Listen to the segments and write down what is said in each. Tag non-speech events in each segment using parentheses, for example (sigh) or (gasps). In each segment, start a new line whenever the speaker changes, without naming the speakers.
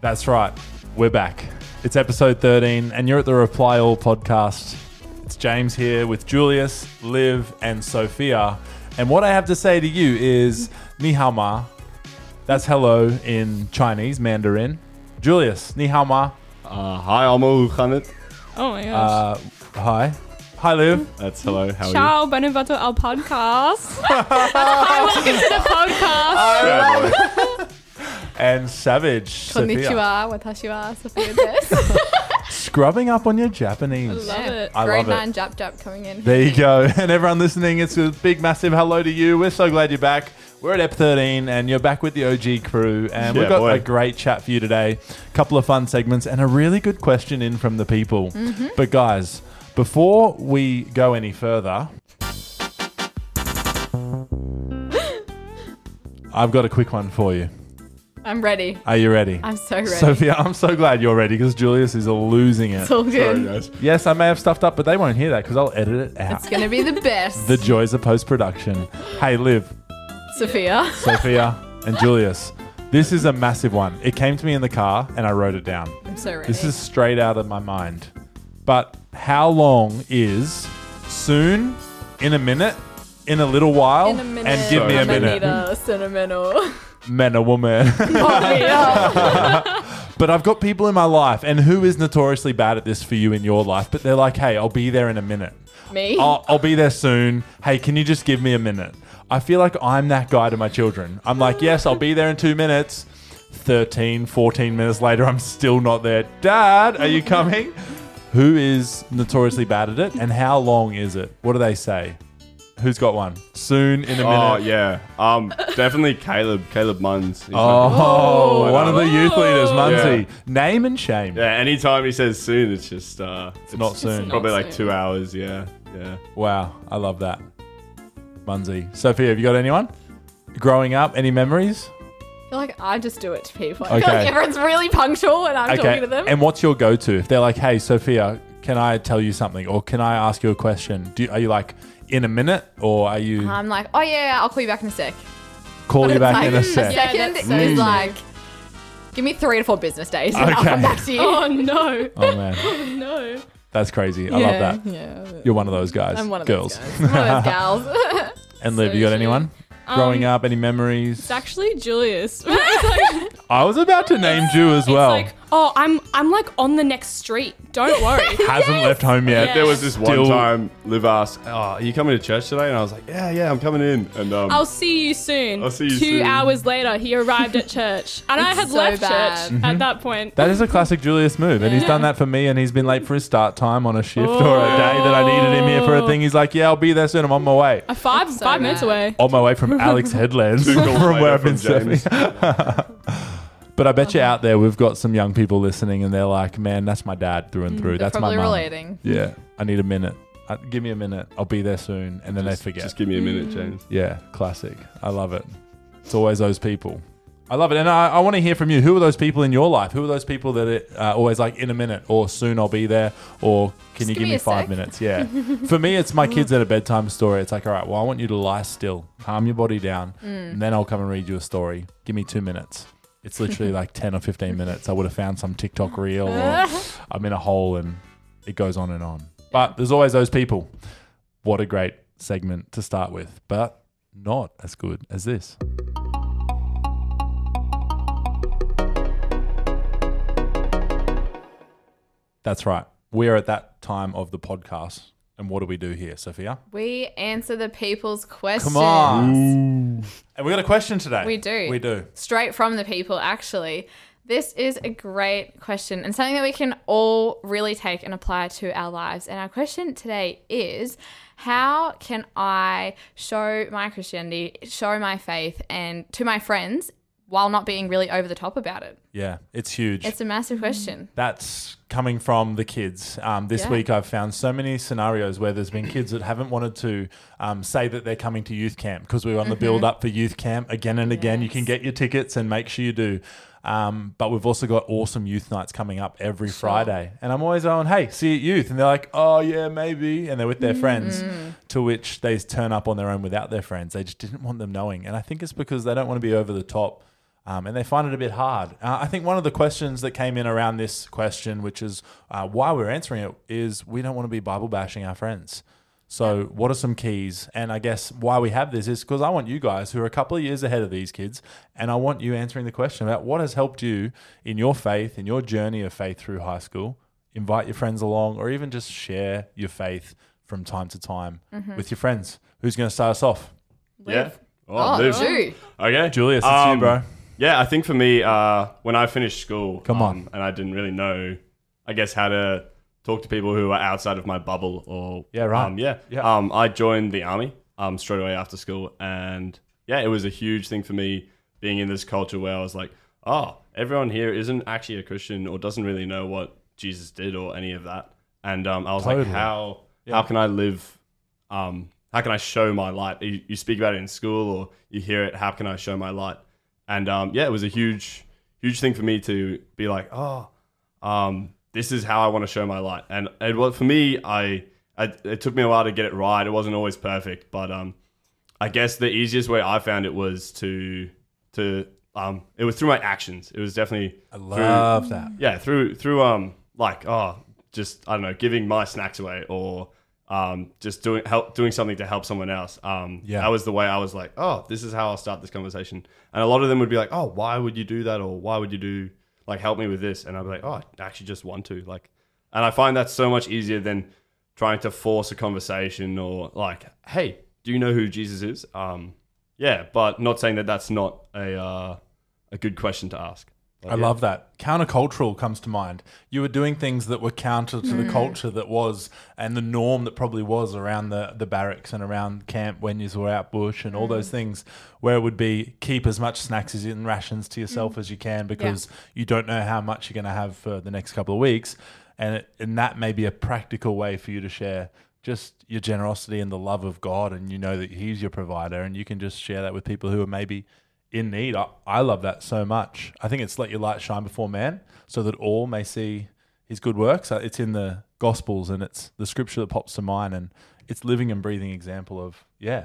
That's right. We're back. It's episode 13, and you're at the Reply All podcast. It's James here with Julius, Liv, and Sophia. And what I have to say to you is Ni hao ma. That's hello in Chinese, Mandarin. Julius, Ni hao ma.
Uh, hi, Almo. Hoe gaat het?
Oh my gosh.
Uh, hi. Hi, Liv.
That's hello.
Uh,
How are
Ciao, benvenuto
(laughs)
al podcast. Hi, welcome to the
Uh,
podcast.
you? Ciao, boy.
And Savage. Sophia.
Konnichiwa, watashi wa Sophia desu.
Scrubbing up on your Japanese.
I love it.
I
Grade
love it.
9 Jap Jap coming in.
There you go. (laughs) And everyone listening, it's a big, massive hello to you. We're so glad you're back. We're at EP 13 and you're back with the OG crew. And we've
Yeah,
got
boy.
a great chat for you today. A couple of fun segments and a really good question in from the people.
Mm-hmm.
But guys, before we go any
(gasps)
further, I've got a quick one for you.
I'm ready.
Are you ready?
I'm so ready.
Sophia, I'm so glad you're ready because Julius is losing it.
it's all
Sorry,
good.
guys.
yes, I may have stuffed up, but they won't hear that because I'll edit it out.
It's gonna be the best.
The joys of post production. Hey, Liv, (laughs)
Sophia.
Sophia, and Julius. This is a massive one. It came to me in the car and I wrote it down.
I'm so ready.
This is straight out of my mind. But how long is soon, in a minute, in a little while,
in a minute.
and give me a
I'm gonna
minute?
need
(laughs)
a sentimental.
Man or woman. (laughs) Oh.
Sophia.
but I've got people in my life, and who is notoriously bad at this for you in your life? But they're like, hey, I'll be there in a minute.
me.
I'll, I'll be there soon. Hey, can you just give me a minute? I feel like I'm that guy to my children. I'm like, yes, I'll be there in two minutes. 13, 14 minutes later, I'm still not there. Dad, are you coming? Who is notoriously bad at it and how long is it? What do they say? Who's got one? Soon, in a
Oh
minute.
yeah. Um, definitely Caleb. Caleb Munns. He's
Oh,
my-
one of the youth leaders, Munsey. Name and shame.
Yeah. Anytime he says soon, it's just uh, it's,
Not soon.
Probably
Not
like
soon.
two hours. Yeah. Yeah.
Wow, I love that. Munsey. Sophia, have you got anyone? Growing up, any memories?
I feel like I just do it to people. I feel
Okay.
like everyone's really punctual when I'm talking to them.
And what's your go-to if they're like, "Hey, Sophia, can I tell you something, or can I ask you a question?" Do you, are you like in a minute, or are you
I'm like, oh yeah, I'll call you back in a sec.
call you back in a
Like,
sec?
yeah.
Second
that's
so
is
true.
like, give me three to four business days and I'll
Okay.
come back to you.
Oh no.
Oh man,
No.
that's crazy. I
yeah,
love that.
Yeah.
You're one of those guys,
I'm one of
girls,
those guys. I'm one of those gals.
(laughs) and Liv.
So
you got
true.
anyone growing
Um,
up? Any memories?
It's actually Julius. (laughs) It's like,
I was about to name you as well.
it's like, oh, I'm I'm like on the next street. Don't
(laughs)
worry.
Hasn't left home yet.
Yeah.
There was this one
Still-
time Liv asked, "Oh, are you coming to church today?" And I was like, "Yeah, yeah, I'm coming in." And um, (laughs)
I'll see you soon.
I'll see you
Two
soon.
hours later, he arrived at church, and I
It's
had
so
left
bad. Mm-hmm.
church at that point.
That is a classic Julius move, and he's done that for me. And he's been late for his start time on a shift or a day that I needed him here for a
Oh.
thing. He's like, "Yeah, I'll be there soon. I'm on my way."
A five
so
five minutes
bad.
away.
on my way from Alex Headlands
Two calls
(laughs) from where
later
I've been
from James.
surfing. but I bet you out there we've got some young people listening and they're like, man, that's my dad through and through. (laughs)
They're
That's my
probably
mum.
relating.
Yeah, I need a minute. Uh, give me a minute. I'll be there soon. And then
just-
they forget.
Just give me a minute, James.
yeah, classic. I love it. It's always those people. I love it. And I, I want to hear from you. Who are those people in your life? Who are those people that are uh, always like, in a minute or soon I'll be there or can
Just
you
give
give
me
me
a
five
sec.
minutes?
(laughs)
Yeah. For me, it's my kids at a bedtime story. It's like, all right, well, I want you to lie still, calm your body down,
Mm.
and then I'll come and read you a story. Give me two minutes. It's literally like 10 or 15 minutes. I would have found some TikTok reel
(laughs)
or I'm in a hole and it goes on and on. But there's always those people. What a great segment to start with, but not as good as this. That's right. We are at that time of the podcast. And what do we do here, Sophia?
We answer the people's questions.
Come on. And we got a question today.
We do.
We do.
Straight from the people, actually. This is a great question and something that we can all really take and apply to our lives. And our question today is how can I show my Christianity, show my faith, and to my friends while not being really over the top about it?
Yeah, it's huge.
It's a massive question.
That's coming from the kids. Um, this
Yeah.
week, I've found so many scenarios where there's been kids that haven't wanted to um, say that they're coming to youth camp because we were on the build up for youth camp again and again. You can get your tickets and make sure you do. Um, but we've also got awesome youth nights coming up every Friday. And I'm always on, hey, see you at youth. And they're like, oh, yeah, maybe. And they're with their friends, to which they turn up on their own without their friends. They just didn't want them knowing. And I think it's because they don't want to be over the top um, and they find it a bit hard. Uh, I think one of the questions that came in around this question, which is uh, why we're answering it, is we don't want to be Bible bashing our friends. So, what are some keys? And I guess why we have this is because I want you guys who are a couple of years ahead of these kids, and I want you answering the question about what has helped you in your faith, in your journey of faith through high school. Invite your friends along, or even just share your faith from time to time with your friends. Who's going to start us off?
Yeah.
Oh,
Liv.
Lou.
Okay.
Julius, it's you,
Um,
bro.
Yeah, I think for me, uh, when I finished school, um,
Come on.
and I didn't really know, I guess how to talk to people who are outside of my bubble, or
Yeah, right.
um, yeah,
Yeah.
Um, I joined the army um straight away after school, and yeah, it was a huge thing for me being in this culture where I was like, oh, everyone here isn't actually a Christian or doesn't really know what Jesus did or any of that, and um, I was like,
Totally.
how how can I live um, how can I show my light? You, you speak about it in school or you hear it. How can I show my light? And um, yeah, it was a huge, huge thing for me to be like, oh, um, this is how I want to show my light. And it was for me, I, I it took me a while to get it right. It wasn't always perfect, but um, I guess the easiest way I found it was to to um, it was through my actions. It was definitely
I
through-
love that.
yeah through through um like oh just i don't know giving my snacks away or um just doing help doing something to help someone else um
Yeah.
that was the way i was like oh this is how i'll start this conversation and a lot of them would be like oh why would you do that or why would you do like help me with this and i'd be like oh i actually just want to like and i find that's so much easier than trying to force a conversation or like hey do you know who jesus is um yeah but not saying that that's not a uh, a good question to ask
I love that. Countercultural comes to mind. You were doing things that were counter to the culture that was and the norm that probably was around the, the barracks and around camp when you were out bush and all those things where it would be keep as much snacks as and rations to yourself as you can because you don't know how much you're going to have for the next couple of weeks. And, it, and that may be a practical way for you to share just your generosity and the love of God. And you know that He's your provider and you can just share that with people who are maybe in need. I, I love that so much. I think it's let your light shine before man so that all may see his good works. Uh, It's in the Gospels and it's the scripture that pops to mind. And it's living and breathing example of, yeah,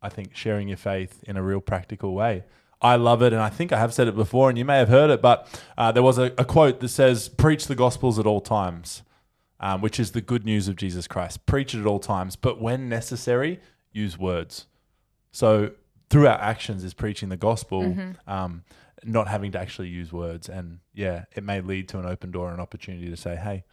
I think sharing your faith in a real practical way. I love it. And I think I have said it before and you may have heard it, but uh, there was a, a quote that says, Preach the Gospels at all times um, which is the good news of Jesus Christ. Preach it at all times, but when necessary, use words. So through our actions is preaching the gospel, um, not having to actually use words. And yeah, it may lead to an open door, an opportunity to say, hey,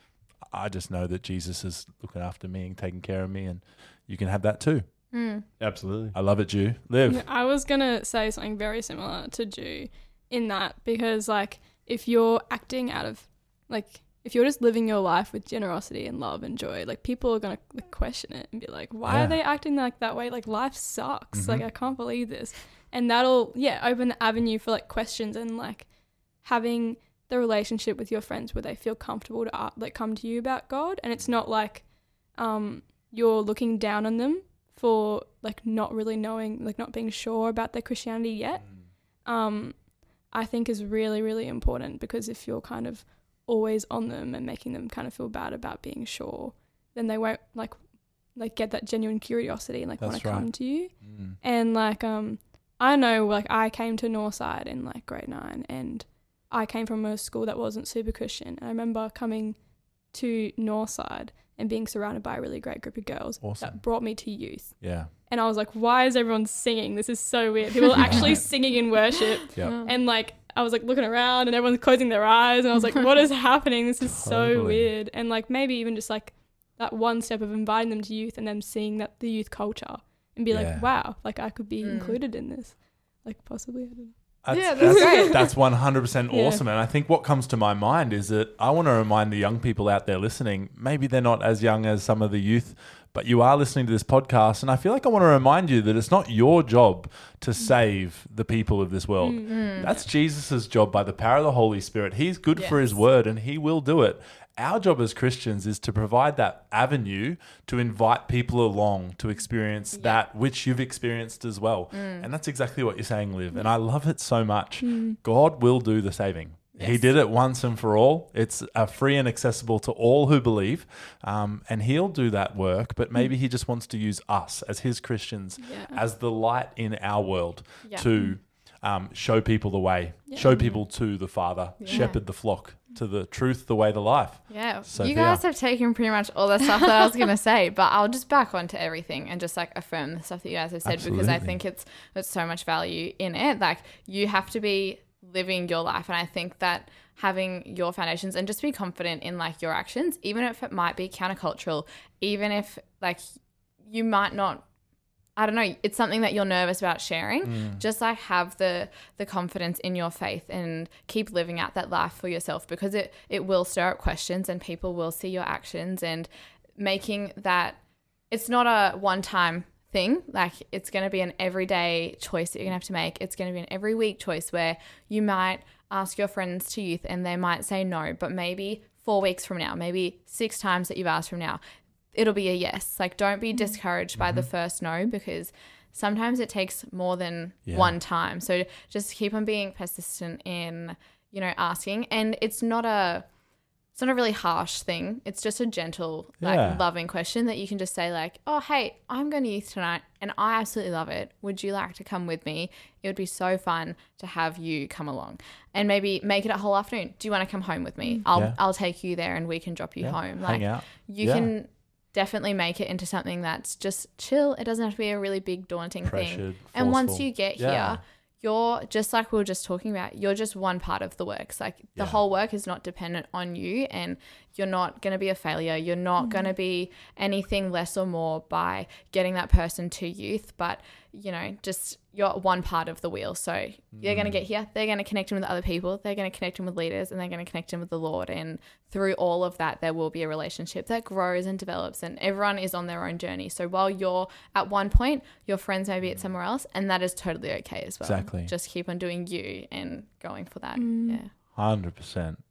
I just know that Jesus is looking after me and taking care of me, and you can have that too.
Hmm.
absolutely
I love it, Jew. Live.
Yeah, I was gonna say something very similar to Jew in that because like if you're acting out of like if you're just living your life with generosity and love and joy, like people are gonna like, question it and be like, why
Yeah. Mm-hmm.
are they acting like that way? Like life sucks. Like I can't believe this. And that'll yeah open the avenue for like questions and like having the relationship with your friends where they feel comfortable to uh, like come to you about God, and it's not like um, you're looking down on them for like not really knowing, like not being sure about their Christianity yet. Um, I think is really really important because if you're kind of always on them and making them kind of feel bad about being sure, then they won't like like get that genuine curiosity and like want
That's
to
right.
come to you
Mm.
and like um i know like i came to northside in like grade nine and i came from a school that wasn't super christian and i remember coming to northside and being surrounded by a really great group of girls
Awesome.
that brought me to youth
Yeah.
and i was like why is everyone singing this is so weird people are actually singing in worship
Yeah.
and like I was like looking around and everyone's closing their eyes and I was like,
(laughs)
what is happening? This is so
Totally.
weird. And like maybe even just like that one step of inviting them to youth and them seeing that the youth culture and be
Yeah.
like, wow, like I could be
Mm.
included in this. Like possibly, I don't know.
That's,
Yeah, that's great.
(laughs) That's 100%
Yeah.
awesome. And I think what comes to my mind is that I want to remind the young people out there listening, maybe they're not as young as some of the youth, but you are listening to this podcast. And I feel like I want to remind you that it's not your job
Mm.
to save the people of this world.
Mm.
Hmm.
That's Jesus' job by the power of the Holy Spirit. He's good for his word and he will do it. Our job as Christians is to provide that avenue to invite people along to experience that which you've experienced as well. And that's exactly what you're saying, Liv. And I love it so much. God will do the saving. He did it once and for all. It's uh, free and accessible to all who believe. Um, and he'll do that work, but maybe he
Mm.
just wants to use us as his Christians, as the light in our world to um, show people the way, show people to the Father, shepherd the flock to the truth, the way, the life.
Yeah.
Sophia.
You guys have taken pretty much all the stuff that I was going to (laughs) say, but I'll just back onto everything and just like affirm the stuff that you guys have said because I
Absolutely.
think it's there's so much value in it. Like you have to be living your life and I think that having your foundations and just be confident in like your actions, even if it might be countercultural, even if like you might not I don't know, it's something that you're nervous about sharing. Just like have the the confidence in your faith and keep living out that life for yourself because it it will stir up questions and people will see your actions and making that it's not a one time thing. Like it's going to be an everyday choice that you're going to have to make. It's going to be an every week choice where you might ask your friends to youth and they might say no, but maybe four weeks from now, maybe six times that you've asked from now, it'll be a yes. Like don't
Mm-hmm.
be discouraged by the first no because sometimes it takes more than
Yeah.
one time. So just keep on being persistent in, you know, asking. And it's not a, it's not a really harsh thing. It's just a gentle, like
Yeah.
loving question that you can just say like, "Oh, hey, I'm going to youth tonight, and I absolutely love it. Would you like to come with me? It would be so fun to have you come along, and maybe make it a whole afternoon. Do you want to come home with me? I'll
Mm. Yeah.
I'll take you there, and we can drop you
Yeah.
home.
Hang out.
you
Yeah.
can definitely make it into something that's just chill. It doesn't have to be a really big daunting thing.
Pressured,
And once
forceful.
you get
Yeah.
here, you're just like we were just talking about, you're just one part of the works. Like the
Yeah.
whole work is not dependent on you and you're not going to be a failure. You're not going to be anything less or more by getting that person to youth, but you know, just you're one part of the wheel. So you're
Mm.
going to get here, they're going to connect him with other people, they're going to connect him with leaders, and they're going to connect him with the Lord. And through all of that, there will be a relationship that grows and develops, and everyone is on their own journey. So while you're at one point, your friends may be at somewhere else, and that is totally okay as well.
Mm. Exactly.
Just keep on doing you and going for that. Yeah.
Hundred percent.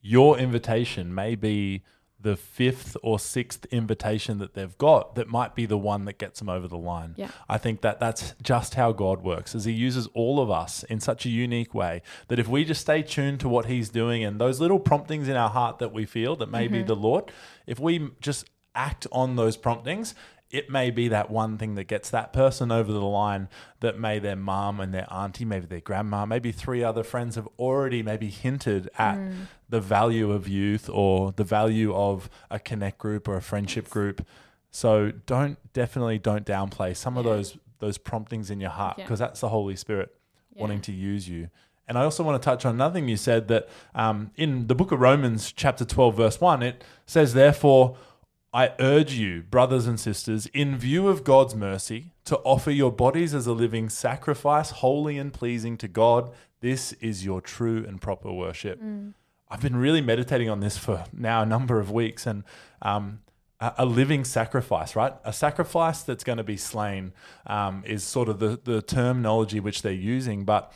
Your invitation may be the fifth or sixth invitation that they've got that might be the one that gets them over the line.
Yeah.
I think that that's just how God works is he uses all of us in such a unique way that if we just stay tuned to what he's doing and those little promptings in our heart that we feel that may be the Lord, if we just act on those promptings, it may be that one thing that gets that person over the line that may their mom and their auntie, maybe their grandma, maybe three other friends have already maybe hinted at the value of youth or the value of a connect group or a friendship group. So don't definitely don't downplay some of those those promptings in your heart
Yeah.
because that's the Holy Spirit wanting to use you. And I also want to touch on another thing you said that um, in the book of Romans, chapter 12, verse 1, it says, Therefore, I urge you, brothers and sisters, in view of God's mercy, to offer your bodies as a living sacrifice, holy and pleasing to God. This is your true and proper worship.
Mm.
I've been really meditating on this for now a number of weeks, and um, a, a living sacrifice, right? A sacrifice that's going to be slain um, is sort of the, the terminology which they're using. But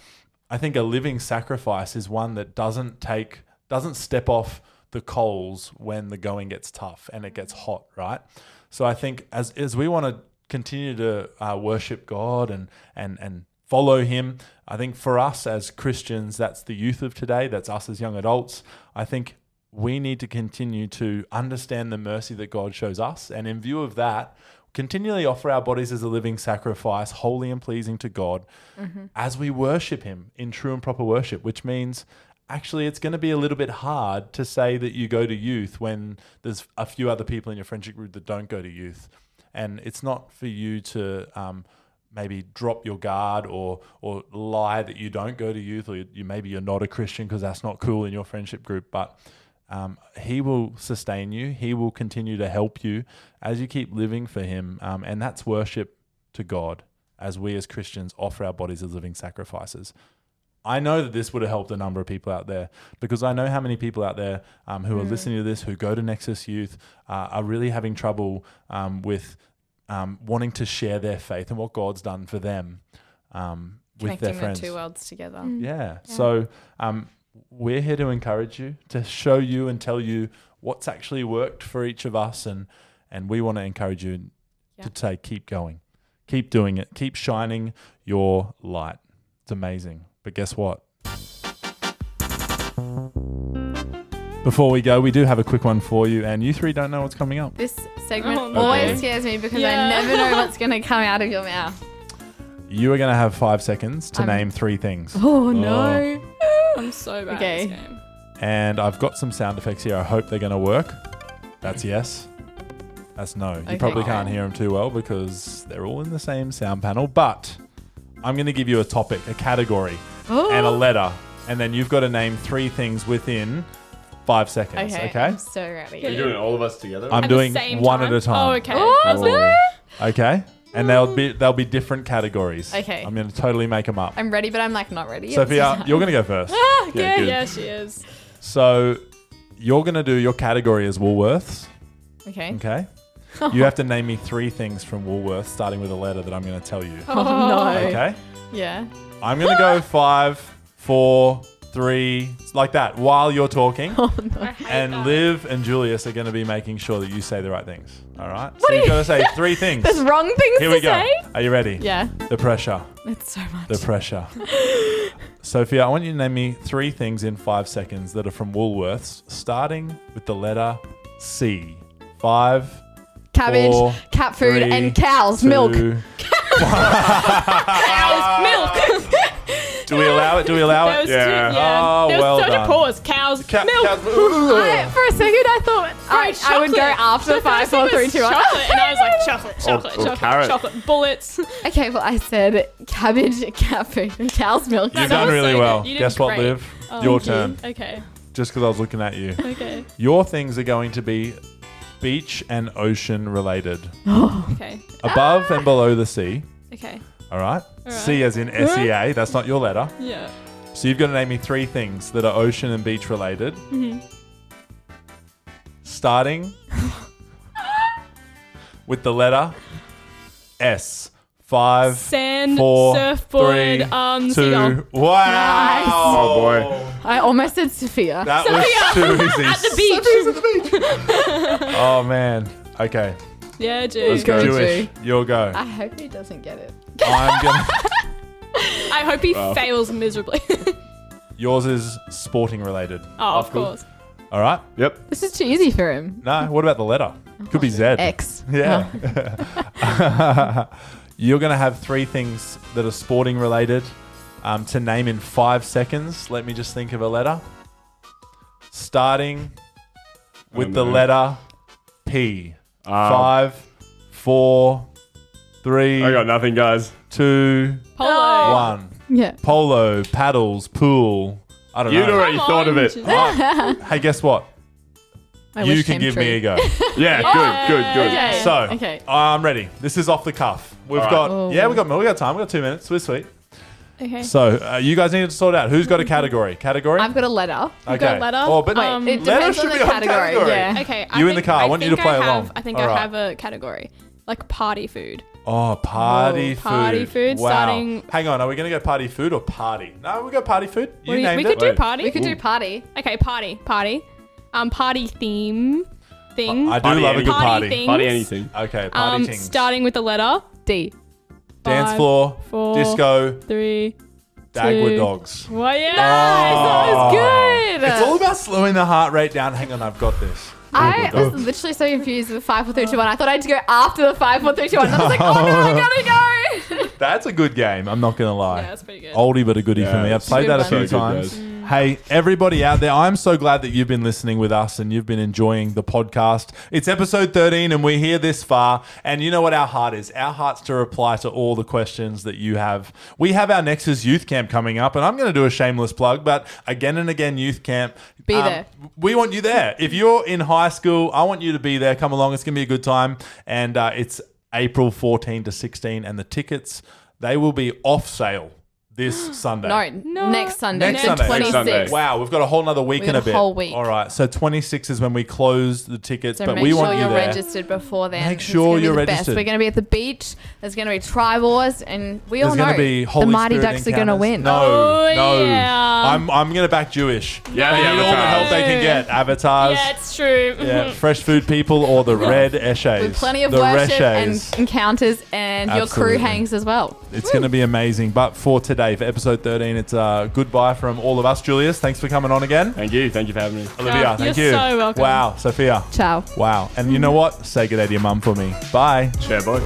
I think a living sacrifice is one that doesn't take, doesn't step off the coals when the going gets tough and it gets hot, right? So I think as as we want to continue to uh, worship God and and and follow Him, I think for us as Christians, that's the youth of today, that's us as young adults. I think we need to continue to understand the mercy that God shows us, and in view of that. Continually offer our bodies as a living sacrifice, holy and pleasing to God,
Mm-hmm.
as we worship Him in true and proper worship, which means actually it's going to be a little bit hard to say that you go to youth when there's a few other people in your friendship group that don't go to youth and it's not for you to um, maybe drop your guard or or lie that you don't go to youth or you, you maybe you're not a christian because that's not cool in your friendship group but um, he will sustain you he will continue to help you as you keep living for him um, and that's worship to god as we as christians offer our bodies as living sacrifices I know that this would have helped a number of people out there because I know how many people out there um, who are listening to this, who go to Nexus Youth, uh, are really having trouble um, with um, wanting to share their faith and what God's done for them um, with their
Connecting the
friends.
two worlds together.
Mm.
Yeah. So um, we're here to encourage you, to show you and tell you what's actually worked for each of us, and and we want to encourage you
Yeah.
to say, keep going, keep doing it, keep shining your light. It's amazing. But guess what? Before we go, we do have a quick one for you, and you three don't know what's coming up.
This segment
Oh, no.
always
Okay.
scares me because
Yeah.
I never know what's going to come out of your mouth.
You are going to have five seconds to
I'm-
name three things.
Oh no.
I'm so bad
Okay.
at this game.
And I've got some sound effects here. I hope they're going to work. That's yes. That's no. You
Okay,
probably can't
fine.
hear them too well because they're all in the same sound panel. But I'm going to give you a topic, a category,
Oh.
and a letter. And then you've got to name three things within five seconds.
okay.
Okay.
I'm so ready.
You're doing all of us together.
I'm
At the
doing
same
one
time?
at a time.
Oh, okay.
Oh,
Ooh.
no.
Okay. And they'll be they'll be different categories.
Okay.
I'm going to totally make them up.
I'm ready, but I'm like not ready. yet. (laughs)
Sophia, you're going to go first.
Ah, okay.
Yeah,
Yeah,
good.
yeah, she is.
So you're going to do your category is Woolworths.
Okay. (laughs)
Okay. You have to name me three things from Woolworths, starting with a letter that I'm going to tell you.
Oh, no.
(laughs) Okay.
(laughs) Yeah.
I'm going to go five, four, three, like that, while you're talking.
Oh
I hate
and
that.
Liv and Julius are going to be making sure that you say the right things. All right. so you've got to
(laughs)
say three things.
There's wrong things
Here
to
we go.
say.
Are you ready?
Yeah.
The pressure.
It's so much.
The
(laughs)
pressure. Sophia, I want you to name me three things in five seconds that are from Woolworths, starting with the letter C. Five,
Cabbage,
Four,
cat food,
three,
and cows,
two,
milk.
(laughs)
Cows, milk.
Do we allow it? Do we allow
There
it?
was
Yeah.
Two, yeah.
Oh,
there was
well
such
done.
a pause. Cows,
Ca-
milk.
cows- Ooh.
I, for a second, I thought I, I would go
chocolate.
after
The
five, four,
first thing
three,
was
two, one. (laughs)
Chocolate, and I was like, chocolate, chocolate,
or
chocolate,
carrot.
(laughs)
chocolate, bullets.
Okay, well, I said cabbage, (laughs) cat food, and cow's milk.
You've
That
done
was so
really
good.
well.
You did
Guess what,
great.
Liv?
Oh,
Your
thank you.
turn.
Okay,
Just because I was looking at you.
okay,
Your things are going to be beach and ocean related,
okay,
above and below the sea.
okay.
All right.
Ah. All
C as in S E A. That's not your letter.
Yeah.
So you've got to name me three things that are ocean and beach related.
Mm-hmm. (laughs)
Starting with the letter S. Five,
Sand,
four,
surfboard,
three,
um, seagull.
two. Wow!
Nice.
Oh,
(laughs) I almost said Sophia. (laughs)
That was
(laughs)
too easy.
The beach.
Oh man. Okay.
Yeah,
Let's
dude.
go.
Jewish, your
(laughs)
go.
I hope he doesn't get it.
I'm gonna.
I hope he
Wow.
fails miserably. (laughs)
Yours is sporting related.
oh, of
Of course.
course.
All right.
Yep.
This is too easy for him.
No. What about the letter? Could be Z.
X.
Yeah. (laughs) You're gonna have three things that are sporting related um, to name in five seconds. Let me just think of a letter. Starting with
Oh,
the
no.
letter P.
Um,
Five, four, three,
I got nothing, guys.
two,
Polo.
No.
one.
Oh, Yeah. (laughs)
Polo, paddles, pool. I don't
You'd
know.
already thought of it.
Oranges.
Oh, hey, guess what?
I
you
wished
can
him
give me
true.
a go.
(laughs)
(laughs) Yeah, good, good, good.
Okay.
So
Okay.
I'm ready. This is off the cuff. We've
All right.
got
Oh.
yeah, we got we got time. We got two minutes. We're sweet.
Okay.
So uh, you guys need to sort out who's got a category. Category.
I've got a letter.
okay.
got letter.
Oh, but
Wait,
um,
it
letter
depends
should
on the
be on
category.
category.
Yeah.
Okay.
You in the car. I want you to
think
play
I have,
along.
I think
Alright.
I have a category like party food.
Oh, party
Oh,
food.
party food,
Wow.
starting-
Hang on. Are we gonna go party food or party? No, we go party food. You
What do you-
named
we
it.
could do
Wait.
party.
We could do party.
okay, party, party, um, party theme thing.
I do
Party
love a good
anything.
party.
Party thing.
Party anything.
Okay, party
um,
things.
starting with the letter
D.
Dance
five,
floor,
four,
disco,
three.
dag with
two,
dogs. Oh.
Well, yeah.
That was good.
Ah. It's all about slowing the heart rate down. Hang on, I've got this.
I was literally so confused with five, four, three, two, one. I thought I had to go after the five, four, three, two, one. And I was like, oh no, I
(laughs)
gotta go.
That's a good game. I'm not gonna lie.
Yeah, that's pretty good.
Oldie but a goodie for
Yeah,
me. I've
it's
played
good
that a
one.
few
So good,
times.
guys.
Mm.
Hey, everybody out there, I'm so glad that you've been listening with us and you've been enjoying the podcast. It's episode 13 and we're here this far. And you know what our heart is? Our heart's to reply to all the questions that you have. We have our Nexus Youth Camp coming up, and I'm going to do a shameless plug, but again and again, Youth Camp. um,
Be there.
We want you there. If you're in high school, I want you to be there. Come along. It's going to be a good time. And uh, it's April 14 to 16, and the tickets, they will be off sale this
(gasps)
Sunday.
No, next Sunday.
Next
the
Sunday.
Next
26th.
Sunday.
Wow, we've got a whole nother week
We've
and a
got a
bit.
whole week.
All right, so 26 is when we close the tickets,
So
but
make
we
sure
want you
you're
there.
registered before then.
Make
It's
sure
gonna be
you're
the best.
registered.
We're going to be at the beach. There's going to be try wars, and we all
There's
know
gonna be Holy
the Mighty
Spirit
Ducks are going to
encounters.
win.
No,
Oh,
no.
yeah.
I'm, I'm going to back Jewish.
Yeah,
They
yeah,
need all the help they can get. Avatars.
Yeah, it's true.
yeah, fresh food people or the red eshays.
With plenty of
the
worship
reshes.
and encounters, and your
Absolutely.
crew hangs as well.
It's going to be amazing. But for today, for episode 13, it's uh, goodbye from all of us. Julius, thanks for coming on again.
Thank you. Thank you for having me.
Olivia,
Oh,
thank
you're
you.
so welcome.
Wow, Sophia.
Ciao.
Wow. And you know what? Say good day to your mum for me. Bye.
Chair boy.